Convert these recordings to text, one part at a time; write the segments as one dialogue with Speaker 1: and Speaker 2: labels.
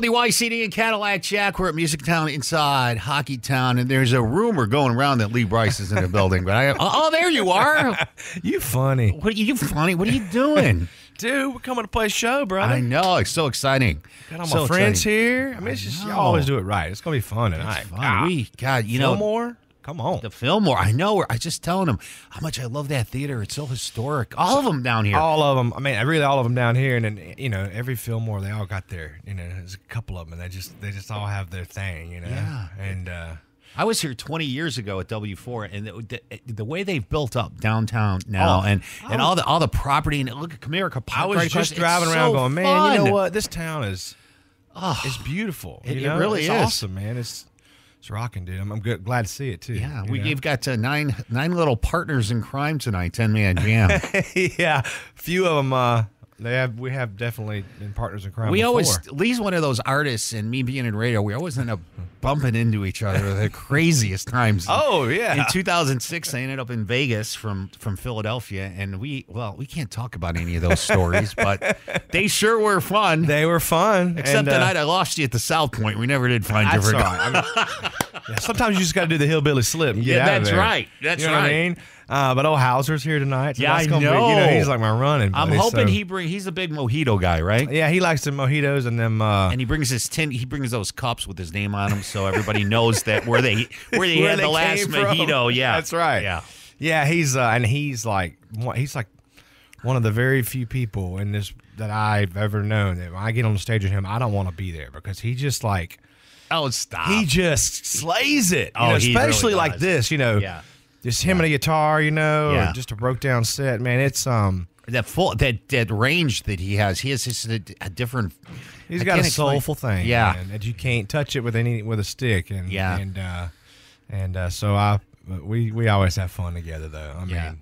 Speaker 1: WYCD and Cadillac Jack. We're at Music Town inside Hockey Town, and there's a rumor going around that Lee Bryce is in the building. But I, oh, there you are.
Speaker 2: You funny.
Speaker 1: What are you funny? What are you doing?
Speaker 2: Dude, we're coming to play a show, brother.
Speaker 1: I know it's so exciting.
Speaker 2: Got all my
Speaker 1: So
Speaker 2: friends
Speaker 1: exciting.
Speaker 2: here. I mean, it's just,
Speaker 1: know.
Speaker 2: y'all always do it right. It's going to be fun tonight. Ah,
Speaker 1: Fun. we God, you know
Speaker 2: more? Come on.
Speaker 1: the Fillmore. I know. we're- I just telling him how much I love that theater. It's so historic. All of them down here.
Speaker 2: all of them. I mean, really, all of them down here, and then you know, every Fillmore, they all got their. You know, there's a couple of them, and they just they just all have their thing. You know,
Speaker 1: Yeah.
Speaker 2: and uh,
Speaker 1: I was here 20 years ago at W4, and the, the, the way they've built up downtown now, and, and all the all the property, and look at Comerica Park.
Speaker 2: Oh. I was
Speaker 1: right across,
Speaker 2: just
Speaker 1: it's
Speaker 2: driving around,
Speaker 1: so
Speaker 2: going, man, you
Speaker 1: fun."
Speaker 2: know what? This town is, it's beautiful.
Speaker 1: It-
Speaker 2: you
Speaker 1: it
Speaker 2: know?
Speaker 1: really
Speaker 2: it's
Speaker 1: is.
Speaker 2: awesome, man. It's it's rocking, dude. I'm, I'm good, glad to see it too.
Speaker 1: Yeah,
Speaker 2: you
Speaker 1: we,
Speaker 2: know?
Speaker 1: you've got uh, nine nine little partners in crime tonight. Ten man jam.
Speaker 2: yeah, few of them. Uh, they have we have definitely been partners in crime.
Speaker 1: we
Speaker 2: before.
Speaker 1: always Lee's one of those artists, and me being in radio, we always end up bumping into each other at the craziest times.
Speaker 2: Oh
Speaker 1: In
Speaker 2: yeah.
Speaker 1: 2006, I ended up in Vegas from from Philadelphia, and we well, we can't talk about any of those stories, but they sure were fun.
Speaker 2: They were fun.
Speaker 1: Except
Speaker 2: and,
Speaker 1: the
Speaker 2: uh,
Speaker 1: night I lost you at the South Point. We never did find you.
Speaker 2: That's
Speaker 1: for-
Speaker 2: all right. I mean, yeah, sometimes you just got to do the hillbilly slip. And get
Speaker 1: Yeah,
Speaker 2: out of
Speaker 1: that's
Speaker 2: there.
Speaker 1: right. That's
Speaker 2: you know What
Speaker 1: right.
Speaker 2: I mean, uh, but old Hauser's here tonight. So
Speaker 1: Yeah,
Speaker 2: that's
Speaker 1: I
Speaker 2: gonna Be, you
Speaker 1: know.
Speaker 2: know, he's like my running.
Speaker 1: I'm
Speaker 2: buddy,
Speaker 1: hoping
Speaker 2: so-
Speaker 1: he bring. He's a big mojito guy, right?
Speaker 2: Yeah, he likes the mojitos and them. Uh,
Speaker 1: And he brings his tin. He brings those cups with his name on them, so everybody knows that where they where they
Speaker 2: where
Speaker 1: had
Speaker 2: they
Speaker 1: the last
Speaker 2: came from.
Speaker 1: mojito. Yeah,
Speaker 2: that's right.
Speaker 1: Yeah.
Speaker 2: yeah. He's uh, and he's like one- he's like one of the very few people in this that I've ever known that when I get on the stage with him, I don't want to be there because he just like
Speaker 1: Oh, stop.
Speaker 2: he just slays it. You
Speaker 1: Oh,
Speaker 2: know,
Speaker 1: he really
Speaker 2: especially like
Speaker 1: does.
Speaker 2: this, you know.
Speaker 1: Yeah.
Speaker 2: Just him and a guitar, you know,
Speaker 1: Yeah.
Speaker 2: or just a broke down set, man. It's um,
Speaker 1: that full that that range that he has. He has just a, a different.
Speaker 2: he's
Speaker 1: I
Speaker 2: got a
Speaker 1: can't explain-
Speaker 2: soulful thing,
Speaker 1: Yeah.
Speaker 2: man, that you can't touch it with any with a stick, and
Speaker 1: Yeah.
Speaker 2: and uh, and uh, so I, but we we always have fun together, though. I
Speaker 1: Yeah.
Speaker 2: mean,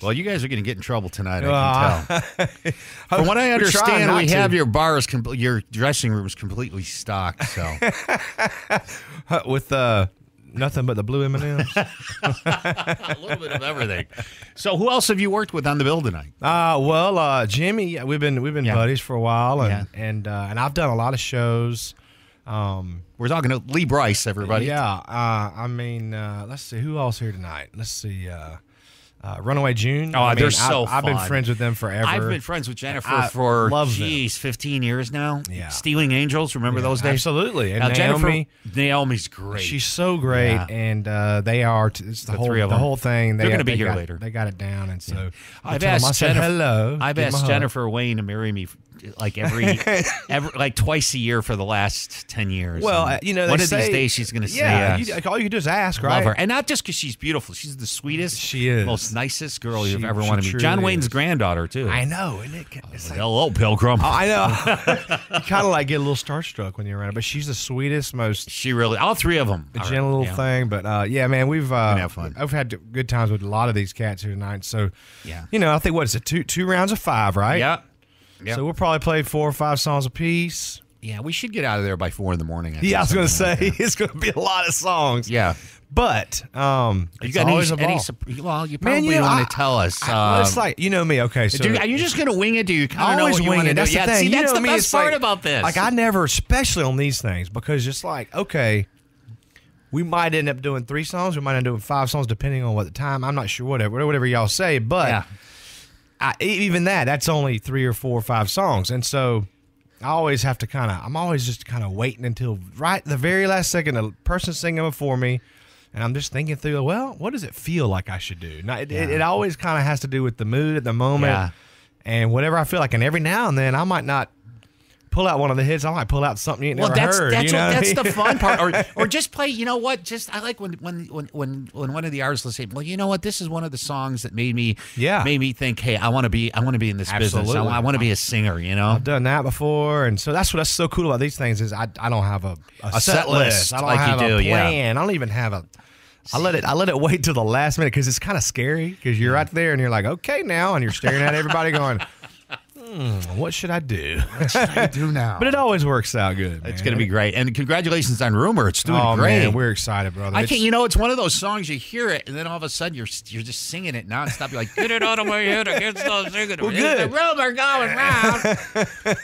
Speaker 1: Well, you guys are going to get in trouble tonight. I
Speaker 2: Well,
Speaker 1: can tell. From what I
Speaker 2: We try
Speaker 1: understand,
Speaker 2: not
Speaker 1: we,
Speaker 2: to.
Speaker 1: have your bars, com- your dressing room is completely stocked. So
Speaker 2: Huh, with uh, nothing but the blue M and M's.
Speaker 1: a little bit of everything. So who else have you worked with on the bill tonight?
Speaker 2: Uh, well, uh, Jimmy, we've been we've been
Speaker 1: Yeah.
Speaker 2: buddies for a while, and
Speaker 1: Yeah.
Speaker 2: and uh, and I've done a lot of shows. Um,
Speaker 1: We're talking to Lee Bryce, everybody.
Speaker 2: Yeah, uh, I mean, uh, let's see who else here tonight. Let's see, uh, uh, Runaway June.
Speaker 1: Oh,
Speaker 2: I mean,
Speaker 1: they're so
Speaker 2: I've, I've been
Speaker 1: fun.
Speaker 2: friends with them forever.
Speaker 1: I've been friends with Jennifer
Speaker 2: I
Speaker 1: for
Speaker 2: love them.
Speaker 1: geez, fifteen years now.
Speaker 2: Yeah.
Speaker 1: Stealing Angels, remember those days?
Speaker 2: absolutely. And
Speaker 1: Now
Speaker 2: Naomi,
Speaker 1: Jennifer, Naomi's great.
Speaker 2: she's so great,
Speaker 1: Yeah.
Speaker 2: and uh, they are. T- it's the, whole
Speaker 1: three of
Speaker 2: the
Speaker 1: them.
Speaker 2: whole thing. They,
Speaker 1: They're gonna be
Speaker 2: they
Speaker 1: here
Speaker 2: got-
Speaker 1: later.
Speaker 2: They got it down, and so I
Speaker 1: I've
Speaker 2: told 'em, I
Speaker 1: asked
Speaker 2: said,
Speaker 1: Jennifer.
Speaker 2: hello.
Speaker 1: I've
Speaker 2: give 'em a
Speaker 1: asked
Speaker 2: hug."
Speaker 1: Jennifer Wayne to marry me, like every, every like twice a year for the last ten years.
Speaker 2: Well,
Speaker 1: And
Speaker 2: uh, you know,
Speaker 1: one
Speaker 2: they
Speaker 1: of
Speaker 2: say-
Speaker 1: these days she's going to
Speaker 2: Yeah,
Speaker 1: say yes.
Speaker 2: you, like, all you do is ask, right?
Speaker 1: Love her, and not just because she's beautiful. She's the sweetest,
Speaker 2: She is.
Speaker 1: most nicest girl you've
Speaker 2: She-
Speaker 1: ever
Speaker 2: she
Speaker 1: wanted to meet. John
Speaker 2: truly
Speaker 1: Wayne's
Speaker 2: is.
Speaker 1: granddaughter too.
Speaker 2: I know, isn't it? It's like,
Speaker 1: Hello, Pilgrim.
Speaker 2: Oh, I know. you kind of like get a little starstruck when you're around her, but she's the sweetest, most
Speaker 1: she really, all three of them.
Speaker 2: the gentle little
Speaker 1: yeah.
Speaker 2: thing. But uh, yeah, man, we've uh,
Speaker 1: Gonna have fun.
Speaker 2: I've had good times with a lot of these cats here tonight. So
Speaker 1: Yeah.
Speaker 2: you know, I think what is it two two rounds of five, right?
Speaker 1: Yeah, yeah.
Speaker 2: So we'll probably play four or five songs apiece.
Speaker 1: yeah, we should get out of there by four in the morning. I think,
Speaker 2: Yeah, I was gonna
Speaker 1: something
Speaker 2: say
Speaker 1: like that.
Speaker 2: it's gonna be a lot of songs.
Speaker 1: Yeah.
Speaker 2: but um,
Speaker 1: You
Speaker 2: it's
Speaker 1: got
Speaker 2: always a
Speaker 1: any? any
Speaker 2: ball.
Speaker 1: sup- well, you
Speaker 2: Man,
Speaker 1: probably
Speaker 2: you know,
Speaker 1: want
Speaker 2: I-
Speaker 1: to tell us.
Speaker 2: I- well, it's
Speaker 1: um,
Speaker 2: like you know me. Okay, so
Speaker 1: Do you- are you just going to wing it? Do you kind
Speaker 2: I
Speaker 1: of know
Speaker 2: always
Speaker 1: what you
Speaker 2: wing
Speaker 1: want to
Speaker 2: it.
Speaker 1: do?
Speaker 2: That's
Speaker 1: yeah,
Speaker 2: the thing.
Speaker 1: see,
Speaker 2: You
Speaker 1: that's
Speaker 2: know
Speaker 1: the
Speaker 2: me,
Speaker 1: best
Speaker 2: it's
Speaker 1: part
Speaker 2: like-
Speaker 1: about this.
Speaker 2: Like I never, especially on these things, because it's like okay, we might end up doing three songs, we might end up doing five songs, depending on what the time. I'm not sure, whatever, whatever y'all say, but
Speaker 1: Yeah.
Speaker 2: I, even that, that's only three or four or five songs, and so. I always have to kind of. I'm always just kind of waiting until right the very last second the person's singing before me, and I'm just thinking through. Well, what does it feel like I should do? Now, it, it, it always kind of has to do with the mood at the moment
Speaker 1: Yeah.
Speaker 2: and whatever I feel like. And every now and then, I might not pull out one of the hits. I might pull out something you
Speaker 1: well,
Speaker 2: never
Speaker 1: that's
Speaker 2: heard.
Speaker 1: that's
Speaker 2: you know
Speaker 1: what,
Speaker 2: what I
Speaker 1: that's
Speaker 2: mean?
Speaker 1: the fun part, or or just play. You know what? Just I like when when when when when one of the artists will say, "Well, you know what? This is one of the songs that made me
Speaker 2: Yeah.
Speaker 1: made me think, hey, I want to be I want to be in this business. I,
Speaker 2: Absolutely.
Speaker 1: want to be a singer. You know,
Speaker 2: I've done that before, and so that's what's so cool about these things is I, I don't have a, a,
Speaker 1: A set list
Speaker 2: I don't
Speaker 1: like you
Speaker 2: have a
Speaker 1: do, yeah.
Speaker 2: plan. I don't even have a. I let it I let it wait till the last minute because it's kind of scary because you're right there and you're like okay now and you're staring at everybody going. "Hmm, what should I do?
Speaker 1: I do now.
Speaker 2: but it always works out good.
Speaker 1: it's
Speaker 2: man.
Speaker 1: going to be great. And congratulations on Rumor. It's doing
Speaker 2: Oh
Speaker 1: great.
Speaker 2: man, we're excited, brother.
Speaker 1: I
Speaker 2: It's-
Speaker 1: can't. You know, it's one of those songs you hear it, and then all of a sudden you're you're just singing it nonstop. You're like, get it out of my head. I can't stop singing. Well, The
Speaker 2: good.
Speaker 1: rumor going round.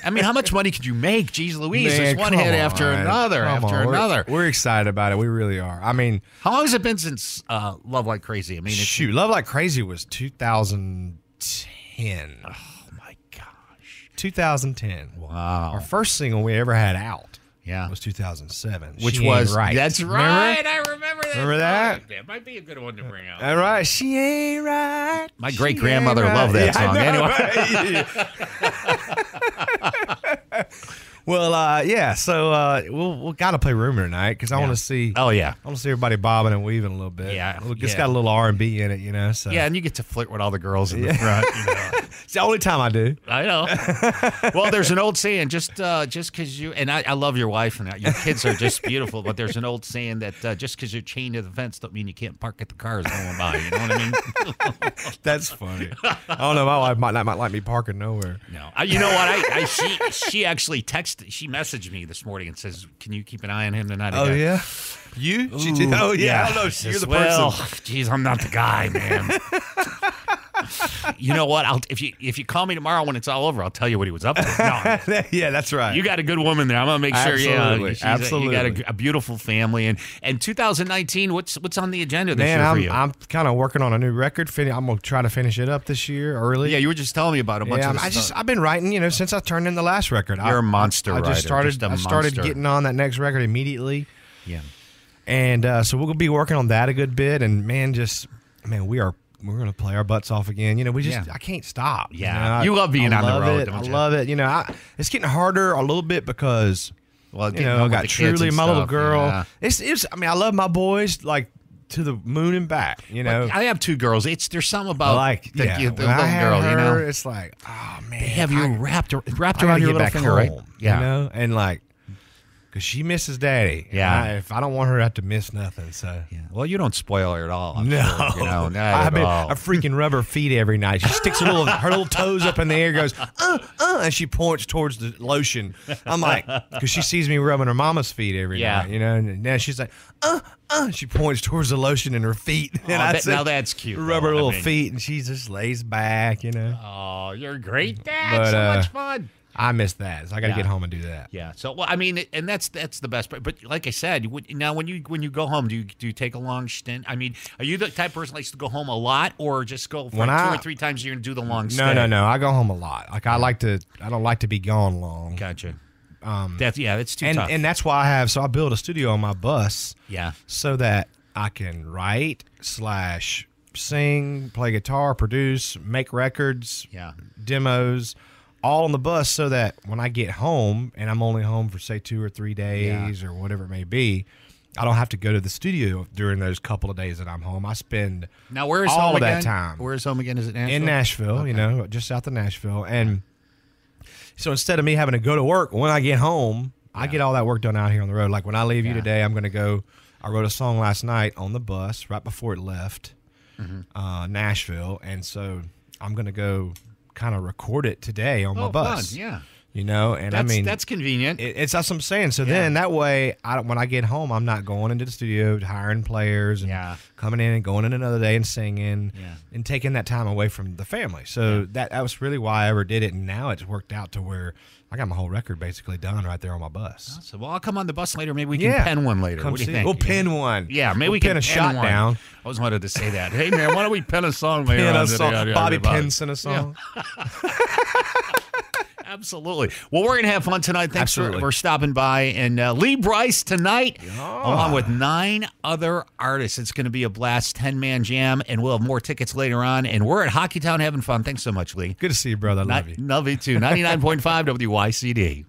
Speaker 1: I mean, how much money could you make, Jeez Louise?
Speaker 2: Man,
Speaker 1: There's one
Speaker 2: come
Speaker 1: hit after
Speaker 2: on.
Speaker 1: another
Speaker 2: Come
Speaker 1: after
Speaker 2: on. We're-
Speaker 1: another.
Speaker 2: We're, excited about it. We really are. I mean,
Speaker 1: How long has it been since uh, Love Like Crazy? I mean, it's,
Speaker 2: shoot, Love Like Crazy was 2010.
Speaker 1: oh my gosh,
Speaker 2: 2010. Our
Speaker 1: wow,
Speaker 2: first single we ever had out
Speaker 1: uh, yeah,
Speaker 2: was 2007,
Speaker 1: which
Speaker 2: She Ain't
Speaker 1: was
Speaker 2: right.
Speaker 1: That's
Speaker 2: Remember?
Speaker 1: right. I remember that.
Speaker 2: Remember that?
Speaker 1: song. That might be a good one to bring out.
Speaker 2: All right, she ain't right.
Speaker 1: My
Speaker 2: She
Speaker 1: great-grandmother
Speaker 2: ain't
Speaker 1: loved that song.
Speaker 2: I know,
Speaker 1: Anyway.
Speaker 2: right? well, uh, yeah. So uh, we'll we'll gotta play rumor tonight because I want to see.
Speaker 1: Oh yeah.
Speaker 2: I want to see everybody bobbing and weaving a little bit.
Speaker 1: Yeah,
Speaker 2: Look, it's
Speaker 1: yeah.
Speaker 2: got a little R and B in it, you know. So
Speaker 1: Yeah, and you get to flirt with all the girls in the front. You know.
Speaker 2: it's the only time I do.
Speaker 1: I know. well, there's an old saying just uh, just because you and I, I love your wife and your kids are just beautiful, but there's an old saying that uh, just because you're chained to the fence don't mean you can't park at the cars going by. You know what I mean?
Speaker 2: That's funny. I don't know. My wife might not might like me parking nowhere.
Speaker 1: no, I, you know what? I, I she she actually texted she messaged me this morning and says, "Can you keep an eye on him tonight?" I go,
Speaker 2: you? She did- oh yeah. I don't know. if You're
Speaker 1: Yes,
Speaker 2: the
Speaker 1: well,
Speaker 2: person.
Speaker 1: Geez, I'm not the guy, man. you know what? I'll if you if you call me tomorrow when it's all over, I'll tell you what he was up to. No, I'm-
Speaker 2: yeah, that's right.
Speaker 1: You got a good woman there. I'm gonna make sure.
Speaker 2: Absolutely,
Speaker 1: Yeah, she's a- you got a g-
Speaker 2: absolutely.
Speaker 1: a, beautiful family, and and 2019. What's what's on the agenda this
Speaker 2: Man,
Speaker 1: year for
Speaker 2: I'm,
Speaker 1: you?
Speaker 2: I'm kind of working on a new record. Fin- I'm gonna try to finish it up this year early.
Speaker 1: yeah, you were just telling me about a bunch
Speaker 2: Yeah,
Speaker 1: of.
Speaker 2: I'm- I
Speaker 1: stuff.
Speaker 2: just I've been writing, you know, since I turned in the last record. I-
Speaker 1: You're a monster
Speaker 2: I, I
Speaker 1: writer,
Speaker 2: just started.
Speaker 1: just a
Speaker 2: I started
Speaker 1: monster.
Speaker 2: getting on that next record immediately,
Speaker 1: yeah.
Speaker 2: and uh, so we'll be working on that a good bit. And man, just man, we are we're gonna play our butts off again. You know, we just
Speaker 1: Yeah.
Speaker 2: I can't stop.
Speaker 1: Yeah.
Speaker 2: know, I-
Speaker 1: You love being
Speaker 2: I
Speaker 1: on the
Speaker 2: love
Speaker 1: road,
Speaker 2: It.
Speaker 1: don't
Speaker 2: I
Speaker 1: you?
Speaker 2: love it. You know, I, it's getting harder a little bit because
Speaker 1: Well,
Speaker 2: you
Speaker 1: getting
Speaker 2: know,
Speaker 1: home
Speaker 2: I
Speaker 1: with
Speaker 2: got
Speaker 1: the kids
Speaker 2: Truly,
Speaker 1: and
Speaker 2: my little
Speaker 1: stuff,
Speaker 2: girl.
Speaker 1: yeah.
Speaker 2: It's it's. I mean, I love my boys like to the moon and back. You know,
Speaker 1: I have two girls. It's there's something about
Speaker 2: like
Speaker 1: the,
Speaker 2: yeah,
Speaker 1: the,
Speaker 2: when
Speaker 1: little
Speaker 2: I have
Speaker 1: girl,
Speaker 2: her,
Speaker 1: you know.
Speaker 2: it's like oh man,
Speaker 1: Have you wrapped ar- wrapped
Speaker 2: I gotta
Speaker 1: around your
Speaker 2: get
Speaker 1: little
Speaker 2: back
Speaker 1: finger,
Speaker 2: home,
Speaker 1: right? Yeah.
Speaker 2: you know, and like, cause she misses daddy. and
Speaker 1: Yeah.
Speaker 2: I, if I don't want her to have to miss nothing, so
Speaker 1: Yeah. Well, you don't spoil her at all. I'm
Speaker 2: no,
Speaker 1: sure, you know, not
Speaker 2: I
Speaker 1: at
Speaker 2: mean,
Speaker 1: all.
Speaker 2: I freaking rub her feet every night. She sticks her little her little toes up in the air, goes uh uh, and she points towards the lotion. I'm like, cause she sees me rubbing her mama's feet every
Speaker 1: Yeah.
Speaker 2: night, you know, and now she's like uh uh, she points towards the lotion in her feet,
Speaker 1: Oh,
Speaker 2: and I
Speaker 1: that-
Speaker 2: say-
Speaker 1: now that's cute.
Speaker 2: Rub
Speaker 1: though. I
Speaker 2: her little
Speaker 1: mean,
Speaker 2: feet, and she just lays back, you know.
Speaker 1: Oh, you're a great dad.
Speaker 2: But,
Speaker 1: so
Speaker 2: uh,
Speaker 1: much fun.
Speaker 2: I miss that. So I got to
Speaker 1: Yeah.
Speaker 2: get home and do that.
Speaker 1: Yeah. So well, I mean, and that's that's the best. part. But like I said, would- now when you when you go home, do you do you take a long stint? I mean, are you the type of person that likes to go home a lot, or just go for
Speaker 2: When
Speaker 1: like, two
Speaker 2: I-
Speaker 1: or three times a year and do the long stint?
Speaker 2: No, no, no. I go home a lot. Like I like to. I don't like to be gone long.
Speaker 1: Gotcha. that's yeah, that's too
Speaker 2: Um, And
Speaker 1: tough.
Speaker 2: and that's why I have. So I build a studio on my bus
Speaker 1: yeah.
Speaker 2: so that I can write slash sing, play guitar, produce, make records,
Speaker 1: Yeah.
Speaker 2: demos, all on the bus. So that when I get home and I'm only home for say two or three days or whatever it may be. I don't have to go to the studio during those couple of days that I'm home. I spend
Speaker 1: Now where is
Speaker 2: all
Speaker 1: home
Speaker 2: of that
Speaker 1: again?
Speaker 2: time.
Speaker 1: Where is home again? Is it Nashville?
Speaker 2: in Nashville, you know, just south of Nashville. And so instead of me having to go to work when I get home, I get all that work done out here on the road. Like when I leave you today, I'm going to go. I wrote a song last night on the bus right before it left
Speaker 1: Mm-hmm.
Speaker 2: uh, Nashville. And so I'm going to go kind of record it today on my
Speaker 1: Oh,
Speaker 2: bus.
Speaker 1: fun. Yeah.
Speaker 2: You know, and
Speaker 1: That's
Speaker 2: I mean,
Speaker 1: that's convenient.
Speaker 2: it, it's that's what I'm saying. So then that way, I don't, when I get home, I'm not going into the studio hiring players and
Speaker 1: Yeah.
Speaker 2: coming in and going in another day and singing
Speaker 1: Yeah.
Speaker 2: and taking that time away from the family. So that that was really why I ever did it, and now it's worked out to where I got my whole record basically done right there on my bus.
Speaker 1: so well, I'll come on the bus later. Maybe we can pen one later.
Speaker 2: Come
Speaker 1: what do you
Speaker 2: see-
Speaker 1: think?
Speaker 2: We'll pin one.
Speaker 1: Yeah, maybe
Speaker 2: We'll
Speaker 1: we can
Speaker 2: pin a shot
Speaker 1: one.
Speaker 2: down.
Speaker 1: I always wanted to say that. Hey man, why don't we pen a song later
Speaker 2: Pin
Speaker 1: on
Speaker 2: a
Speaker 1: today
Speaker 2: song.
Speaker 1: on the- on
Speaker 2: Bobby
Speaker 1: the bus?
Speaker 2: Pin sent a song.
Speaker 1: Absolutely. Well, we're gonna have fun tonight. Thanks for,
Speaker 2: Absolutely.
Speaker 1: for stopping by. And uh, Lee Bryce tonight, along with nine other artists. It's gonna be a blast. Ten man jam, and we'll have more tickets later on. And we're at Hockeytown having fun. Thanks so much, Lee.
Speaker 2: Good to see you, brother. I love you.
Speaker 1: Love you too. Ninety nine point five WYCD.